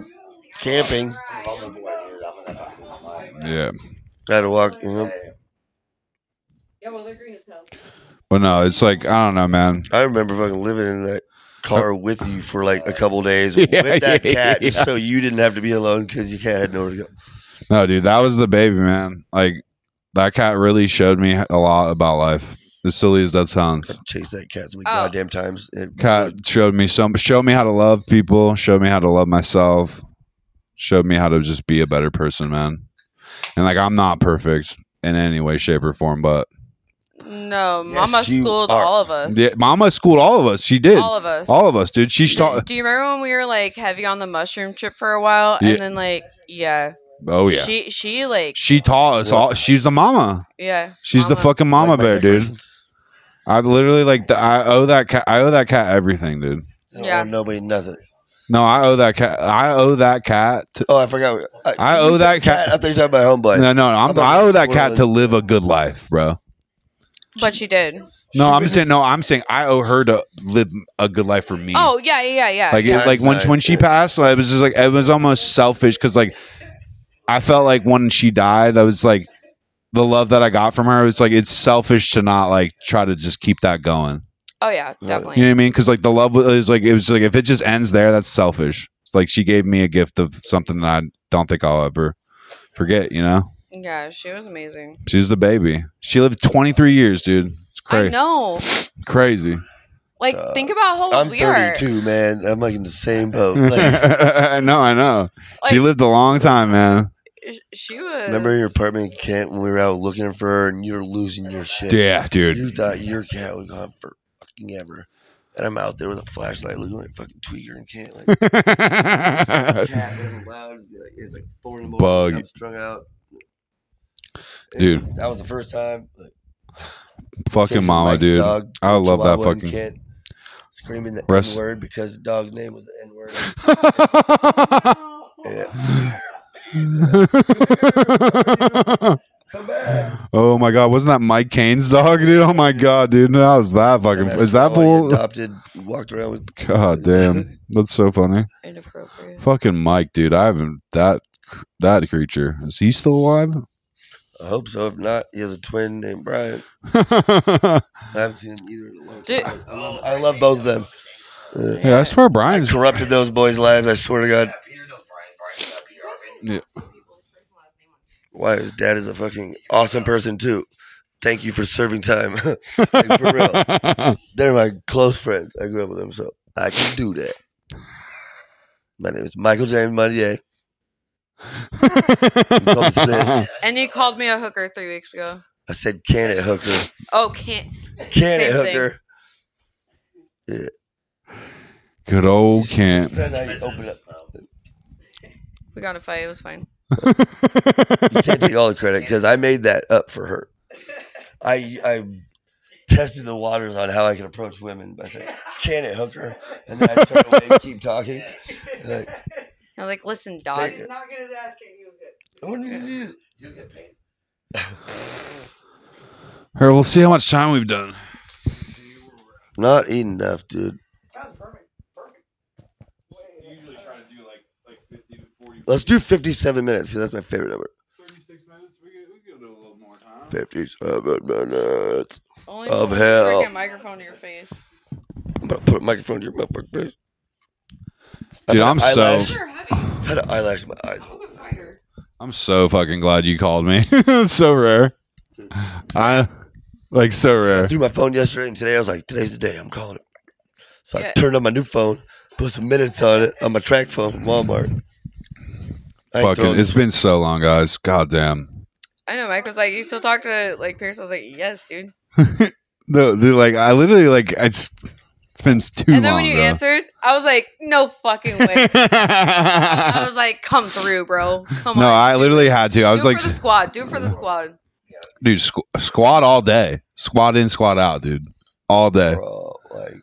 camping.
yeah,
I had to walk. You know,
but no, it's like I don't know, man.
I remember fucking living in that car with you for like a couple days
Yeah,
with that
yeah,
cat, just
yeah.
so you didn't have to be alone because your cat had nowhere to go.
No, dude, that was the baby, man. Like that cat really showed me a lot about life. As silly as that sounds,
Chase that cat so many
Oh.
goddamn times. And
cat showed me some showed me how to love people showed me how to love myself showed me how to just be a better person man and like i'm not perfect in any way shape or form but
No,
Yes,
Mama
you
schooled
are.
all of us.
yeah, mama schooled all of us she did
All of us.
all of us dude she
Do,
taught
do you remember when we were like heavy on the mushroom trip for a while,
Yeah.
and then like yeah,
oh yeah she,
she she like
taught us all she's the mama
yeah,
she's the
Mama.
fucking mama
Like my
bear dude
decorations.
i literally like the, i owe that cat i owe that cat everything dude
I don't
Yeah.
owe nobody nothing.
no i owe that cat i owe that cat to,
Oh, I forgot.
I owe
you
that
said
cat-
I thought you were talking about homeboy.
no no no, I'm, i owe that cat to live a good life bro
But she did.
No,
She
I'm
was
saying no. I'm saying I owe her to live a good life for me.
Oh yeah, yeah, yeah.
like
yeah.
it, like when
Sorry.
when she passed, I was just like it was almost selfish because like I felt like when she died, I was like the love that I got from her. It's like it's selfish to not like try to just keep that going.
oh yeah,
Yeah.
definitely.
You know what I mean? Because like the love was like it was like if it just ends there, that's selfish. It's like she gave me a gift of something that I don't think I'll ever forget. You know,
Yeah, she was amazing.
she's the baby. She lived 23 years, dude. It's
I
crazy.
know.
Crazy.
Like
Uh,
think about how old
I'm
Oh, we are.
32, man. I'm like in the same boat. Like,
I know, I know. she
Like-
lived a long time, man.
Sh- She was.
remember in your apartment in Kent when we were out looking for her and you were losing your shit.
Yeah, dude.
You thought your cat was gone fucking ever. And I'm out there with a flashlight looking like a fucking tweaker and can't like cat living loud. It's like- It's like four in the morning.
Bug.
I'm strung out. And
Dude.
That was the first time. like,
fucking
chasing
mama,
Mike's
dude.
dog,
I love
Chihuahua
that
and
fucking.
Kent, Screaming the
Rest-
N word because the dog's name was the N word. Come back.
oh my god, wasn't that Mike Kane's dog, dude? Oh my god, dude, that was that fucking.
And that's
Is that
how I
full?
Adopted, walked around with
God damn, that's so funny.
Inappropriate.
Fucking Mike, dude. I haven't that that creature. Is he still alive?
I hope so. If not, he has a twin named Brian. I haven't seen him either in a long
Dude.
time. I love, I love both of them. Uh,
yeah, I swear Brian's.
corrupted those boys' lives. I swear to God.
Yeah.
Why his dad is a fucking awesome person too. Thank you for serving time. Like, for real. They're my close friends. I grew up with them, so I can do that. My name is Michael James Monday.
And he called me a hooker three weeks ago.
I said, "Can it, hooker?
Oh, can't.
Can it,
Same thing.
hooker?"
Good old Kent.
Depends how you open up.
We got in a fight. It was fine.
You can't take all the credit because I made that up for her. I I tested the waters on how I can approach women by saying, "Can it, hooker?" And then I turn away and keep talking. And like,
I was like, listen, dog.
Thank you.
Not get his ass kicked. He was good.
What do you do? You get paid.
Here, we'll see how much time we've done.
Not eating enough, dude.
That was perfect.
Let's do 57 minutes because that's my favorite number. 57 minutes.
Only
Of
put the
hell.
freaking microphone to your face.
I'm going to put a microphone to your motherfucking face.
Dude,
I've
I'm
had an
so-
eyelash-
Sure, heavy.
I've had an eyelash in my eyes.
I'm so fucking glad you called me. so rare. I like so
I
rare.
threw my phone yesterday, and today I was like, today's the day. I'm calling it. So
Yeah.
I turned on my new phone, put some minutes on it, on my track phone from Walmart. I ain't
Fucking,
throwing-
it's been so long, guys. God damn.
I know. Mike was like, you still talk to like Pierce? I was like, yes, dude.
No, they're like I literally like it's, it's been too
and then
long.
when you
bro.
answered, I was like, no fucking way. I was like, come through, bro. Come
no,
on.
I literally had to. I was
do it
like,
for the squad. Do it for the squad.
dude, squ- squat all day, squat in, squat out, dude, all day.
Bro, like,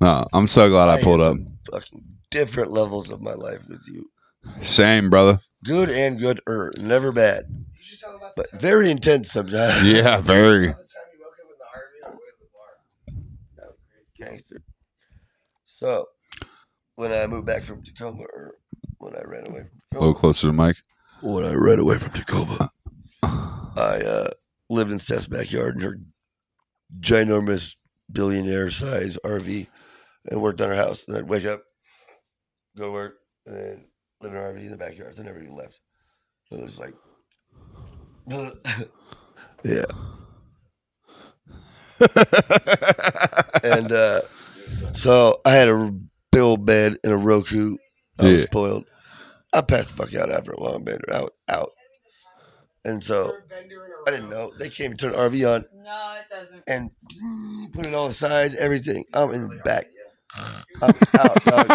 No, I'm so glad I
hit
pulled up.
some Fucking different levels of my life with you.
Same, brother.
Good and good er, never bad,
You should tell them about the
but
time-
very intense sometimes.
Yeah, very.
about the time you woke up in the RV on the way to the bar. That was great.
gangster. So when I moved back from Tacoma, or when I ran away from
A
Tacoma,
little closer to Mike.
when I ran away from Tacoma, I uh, lived in Steph's backyard in her ginormous billionaire size RV and worked on her house. And I'd wake up, go to work, and then live in her RV in the backyard. So I never even left. So it was like, yeah. and uh, so I had a big old bed and a Roku. I was
Yeah.
spoiled. I passed the fuck out after a long bed. I was out. And so
Third bender in a
I
row.
didn't know. They came to turn RV on
No, it doesn't.
and put it on the sides, everything. I'm in the back. I'm out, dog.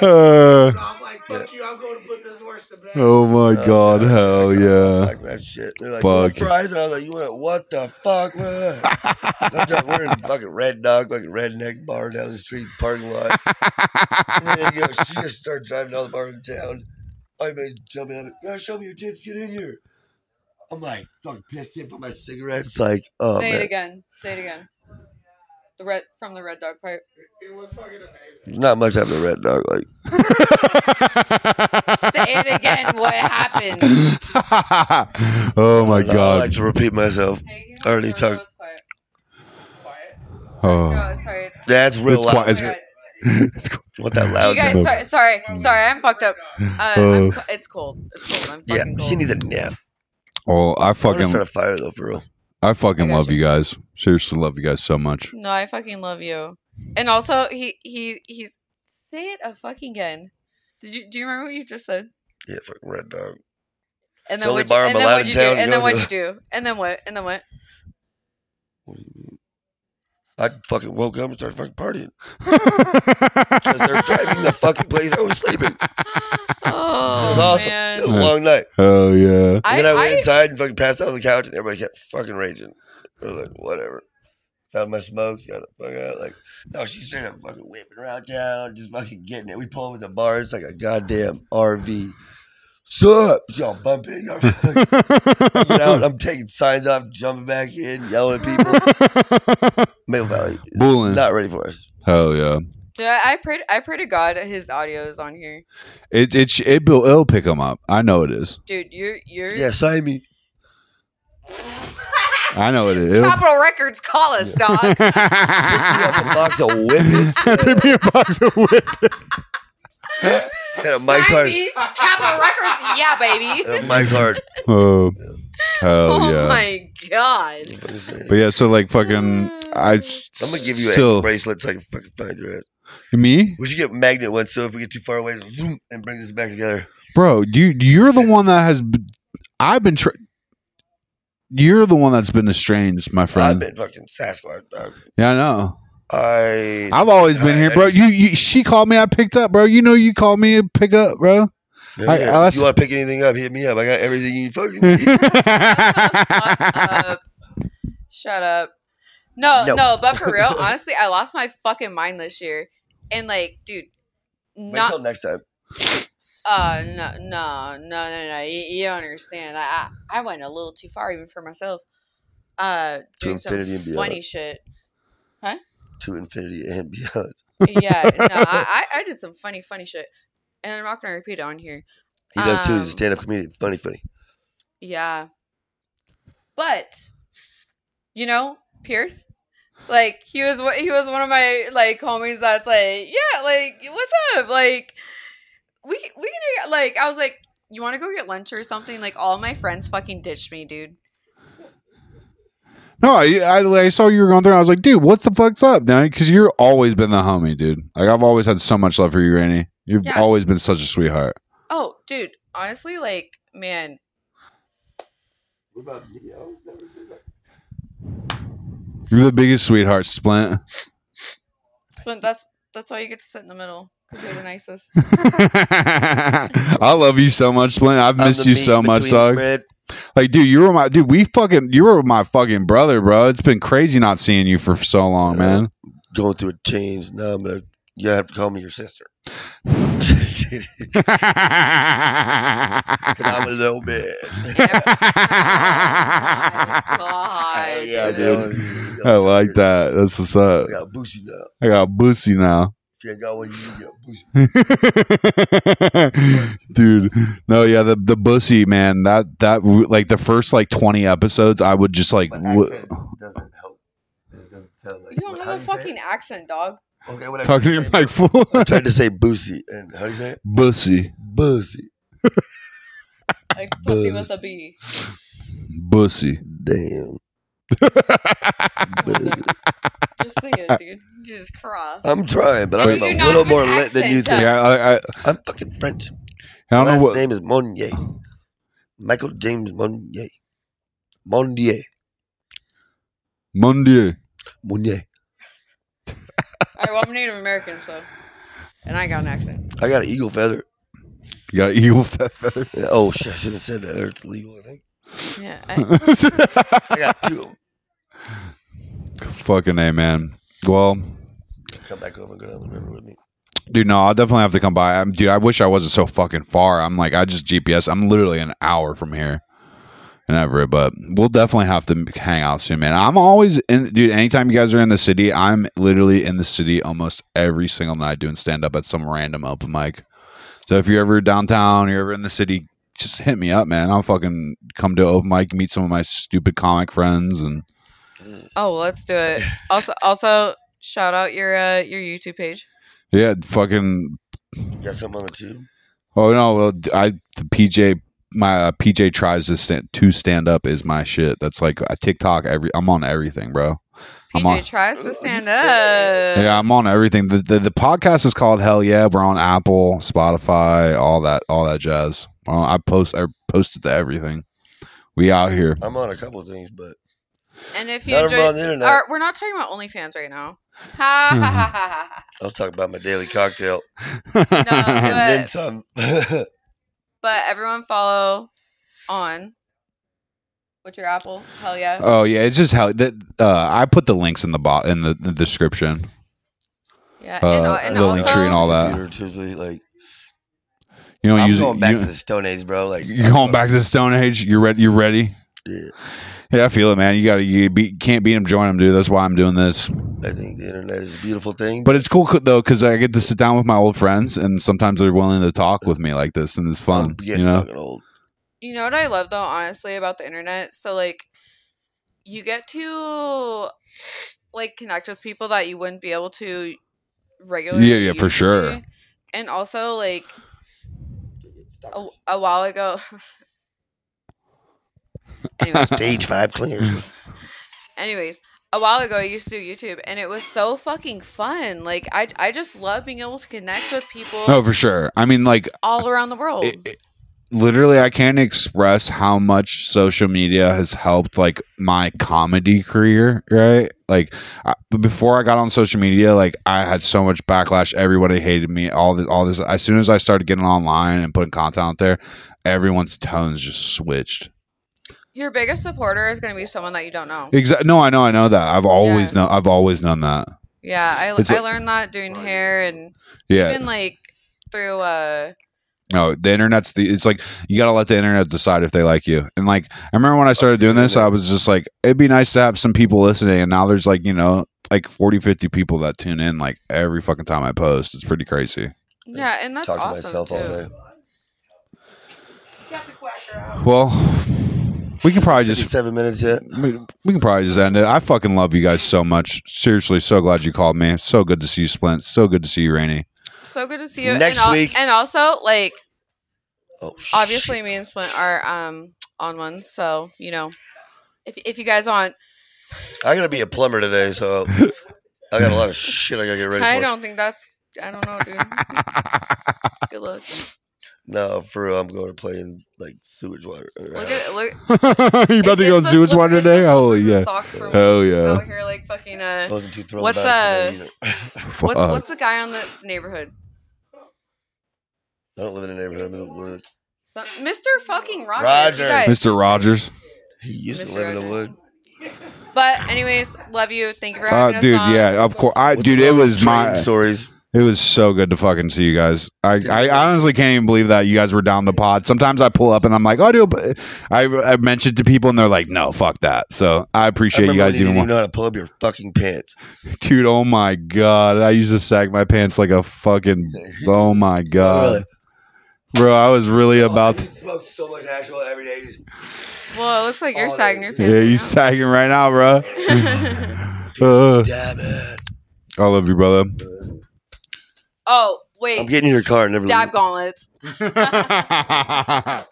Uh,
And I'm like, fuck you, I'm going to put this horse to bed.
oh my god, Oh, hell yeah.
Like that shit. They're like, "You want
Fuck.
fries? And I was like, you want what the fuck? man?" No joke, We're in fucking Red Dog, fucking redneck bar down the street, parking lot. And then you know, she just started driving down the bar in town. Everybody's jumping up. Guys, show me your tits. Get in here. I'm like, fucking pissed. Can't put my cigarettes. It's like, oh,
Say it
man.
again. Say it again. The red from the red dog part.
It was fucking amazing.
There's not much after Red Dog. Like,
Say it again. What happened?
oh
I
my
like
god.
to repeat myself. I already talked.
Quiet.
Oh.
No, sorry. It's,
That's real
It's
loud.
quiet.
it's
It's
good.
It's cool.
What that
You
loud?
guys,
noise.
sorry, sorry, sorry, I'm fucked up. Uh,
Oh.
I'm, co- it's cold. It's cold. I'm
yeah,
fucking
she
cold.
needs a nap.
Oh, I
I'm gonna
fucking
start a fire though, for real.
I
I
fucking
got
love
you.
you guys. Seriously love you guys so much.
No, I fucking love you. And also, he he he's say it a fucking again. Did you do you remember what you just said?
Yeah, fucking red dog.
And
It's
then
only
what? You,
bar I'm
and then
allowed
what
in
you do?
town to
And
go
then what
to.
you do? And then what? And then what?
I fucking woke up and started fucking partying because they're driving the fucking place I was sleeping. It
Oh
was awesome.
man.
It was a long night.
oh yeah.
And
I,
then I went
I,
inside and fucking passed out on the couch, and everybody kept fucking raging. I was like, whatever. Found my smokes, got the fuck out. Like, no, she's straight up fucking whipping around town, just fucking getting it. We pull up at the bar, it's like a goddamn RV. Sup? She all bumping. I'm fucking get out. I'm taking signs off, jumping back in, yelling at people. Mill Valley,
Bullen.
not ready for us.
Hell yeah.
yeah, I pray. I pray to God his audio is on here,
It it sh- it will it'll pick them up. I know it is.
dude. You're you're
Yeah, sign me.
I know it is. It'll-
Capitol Records. Call us, dog.
Pick up a box of whippets
Give me a box of whip.
and a Mike's hard.
Sign me. Capitol Records. Yeah, baby.
And a Mike's hard.
Oh, hell
Oh
yeah.
my god.
I'm
But yeah, so like fucking, I. s-
gonna give you
still
a bracelet so I can fucking find your ass.
me,
We should get magnet ones so if we get too far away, it zoom, and brings us back together.
bro. You you're the one that has. b- I've been. Tra- you're the one that's been estranged, my
I've
friend.
been fucking Sasquatch. Dog.
yeah, I know.
I
I've always been here, bro. You, you she called me. I picked up, bro. You know you called me. and Pick up, bro. I-
If
I-
you want to pick anything up? Hit me up. I got everything you fucking need.
yeah,
up. Shut up. No,
No.
no, but for real, honestly, I lost my fucking mind this year. And like, dude,
Wait
not
until next time.
uh no no no no no. You, you don't understand. I, I I went a little too far even for myself. Uh doing some
infinity and beyond.
funny shit.
To infinity and beyond.
Yeah, no, I, I I did some funny, funny shit. And I'm not gonna repeat it on here.
He does too. He's a
Um,
stand-up comedian. Funny, funny.
Yeah. But you know, Pierce, like he was one- he was one of my like homies that's like, yeah, like what's up? Like we we can hang out." like I was like, you want to go get lunch or something? Like all my friends fucking ditched me, dude.
No, I, I, I saw you were going through. And I was like, dude, what the fuck's up, Danny? Because you're always been the homie, dude. Like I've always had so much love for you, Randy. You've
Yeah.
always been such a sweetheart.
Oh, dude, honestly, like man,
What about me?
You're the biggest sweetheart, Splint.
but that's that's why you get to sit in the middle because you're the nicest.
I love you so much, Splint. I've missed you so much, dog.
Bread.
Like, dude, you were my dude. We fucking, you were my fucking brother, bro. It's been crazy not seeing you for so long,
Yeah.
man.
Going through a change. Now I'm gonna. You have to call me your sister. 'Cause I'm a little bit.
God,
Oh, yeah,
dude.
dude. I like that. Uh, That's what's
I
up.
got a boosie now.
I got boosie now.
If you ain't got one, you can get a boosie.
dude no yeah the the bussy man that that like the first like 20 episodes i would just like
My
w-
accent doesn't help. It doesn't sound like
You don't
what-
have
how
a
do you say
fucking
it?
accent, dog.
Okay, what I
talking to
tried
you
say-
like fool
I tried to say boosie, and how do you say it?
bussy
Boosie.
Like pussy
Buzz.
with a B.
bussy
Damn. Boosie.
Just sing it, dude. Jesus Christ.
I'm trying, but
And
I'm
you do
a
not
little
have
more
an
lit than you think.
accent,
yeah i i, I
I'm fucking French. My
don't know
last
what
name is Monnier. Michael James Monnier. Monnier.
monday
Monnier.
All right, well, I'm Native American, so. And I got an accent.
I got an eagle feather.
you got eagle fat feather
Yeah, Oh shit! I should have said that. Or It's legal, I think.
Yeah. I,
I got two. of 'em.
fucking a man well
Come back over and go down the river with me.
dude no i'll definitely have to come by i'm dude i wish i wasn't so fucking far i'm like i just gps i'm literally an hour from here in everett but we'll definitely have to hang out soon man i'm always in dude anytime you guys are in the city i'm literally in the city almost every single night doing stand up at some random open mic so if you're ever downtown you're ever in the city just hit me up man i'll fucking come to open mic meet some of my stupid comic friends and
oh, let's do it. Also, also shout out your uh, your YouTube page.
yeah fucking
You got something on the tube?
Oh no! Well, I the PJ my uh, uh, PJ tries to stand to stand up is my shit. That's like a TikTok. Every I'm on everything, bro. I'm
PJ
on-
tries to stand up.
Yeah, I'm on everything. The, the the podcast is called Hell Yeah. We're on Apple, Spotify, all that, all that jazz. Well, I post, I posted to everything. We out here.
I'm on a couple things, but
And if you
not
enjoy,
everyone on the internet.
Alright, we're not talking about OnlyFans right now. Ha ha
Mm-hmm.
ha ha ha.
I was talking about my daily cocktail
No, Uh,
and then
But-
some.
But everyone follow on. What's your Apple? Hell yeah.
oh yeah, it's just how that. Uh, I put the links in the bot in the, the description.
yeah.
Uh,
and, al- and
the link
also,
tree and all that.
Computer, truthfully, like
You know,
I'm
usually
going back
you,
to the Stone Age, bro. Like
you're going back to the Stone Age. You're ready. You're ready.
Yeah.
Yeah, I feel it, man. You gotta you be, can't beat them, join them, dude. That's why I'm doing this.
I think the internet is a beautiful thing.
But it's cool co- though because I get to sit down with my old friends, and sometimes they're willing to talk with me like this, and it's
I'm
fun.
getting
You know,
fucking old.
you know what I love though, honestly, about the internet? So like you get to like connect with people that you wouldn't be able to regularly.
Yeah, yeah, for sure.
usually. And also like a, a while ago Anyways,
Stage five cleaners.
anyways a while ago i used to do youtube and it was so fucking fun like i, I just love being able to connect with people
no, for sure. I mean, like
all around the world
it, it- literally i can't express how much social media has helped like my comedy career right like I, but before i got on social media like i had so much backlash everybody hated me all this all this as soon as i started getting online and putting content out there everyone's tones just switched
your biggest supporter is going to be someone that you don't know
exactly no i know i know that i've always
Yeah.
known i've always known that
yeah
It's
i, I
a-
learned that doing hair and
yeah
even like through uh
No, the internet's the. It's like you gotta let the internet decide if they like you. And like, I remember when I started doing this, I was just like, it'd be nice to have some people listening. And now there's like, you know, like 40, 50 people that tune in like every fucking time I post. It's pretty crazy.
yeah and that's
Talk to
awesome
myself all day.
too
Got the quacker out.
Well, we can probably just.
Fifty-seven minutes yet.
We we can probably just end it. I fucking love you guys so much. Seriously, so glad you called me. So good to see you, Splint. So good to see you, Rainey.
so good to see you
Next
and al-
week-
and also like
Oh, shit.
obviously me and splint are um on one so you know if, if you guys want
I gotta be a plumber today, so I got a lot of shit I gotta get ready
i
for.
don't think that's i don't know dude good luck
No, for real, I'm going to play in like sewage water.
Look at look.
you about to go do it one today? Oh yeah.
Oh
Oh
yeah.
yeah.
Out here, like fucking. Uh,
wasn't too thrilled
What's,
about it
uh,
today either.
what's
Fuck.
what's the guy on the neighborhood?
I don't live in a neighborhood. I'm in the woods.
Some- Mr. Fucking Rogers.
Rogers.
You guys.
Mr. Rogers.
He used
Mr.
to live in the
Rogers.
woods.
But anyways, love you. Thank you for
Uh,
having us
dude,
on.
yeah, of course. I,
What's
dude, it
wrong with
was my, uh,
train stories.
it was so good to fucking see you guys. I, I honestly can't even believe that you guys were down the pod. Sometimes I pull up and I'm like, oh, dude, but I, I mentioned to people and they're like, no, fuck that. So I
I
appreciate you
remember when
guys
you
even
didn't even
more,
know how to pull up your fucking pants.
dude. Oh my god, I used to sag my pants like a fucking. Oh my god, bro, I was really about.
You smoke so much actual every day. Just
Well, it looks like you're
Oh,
sagging your
there
pants.
Yeah,
right
you sagging right now, bro.
now.
Ugh.
dab it.
I love you, brother.
oh
I'm
wait,
getting in your car and never.
dab gauntlets.
oh my god!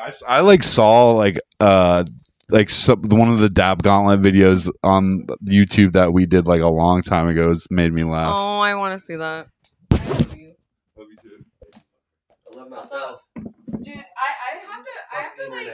I, s- I, like saw like uh like some, one of the dab gauntlet videos on YouTube that we did like a long time ago. It's made me laugh.
Oh, I want to see that.
I love myself.
Dude, I, I have to I have to like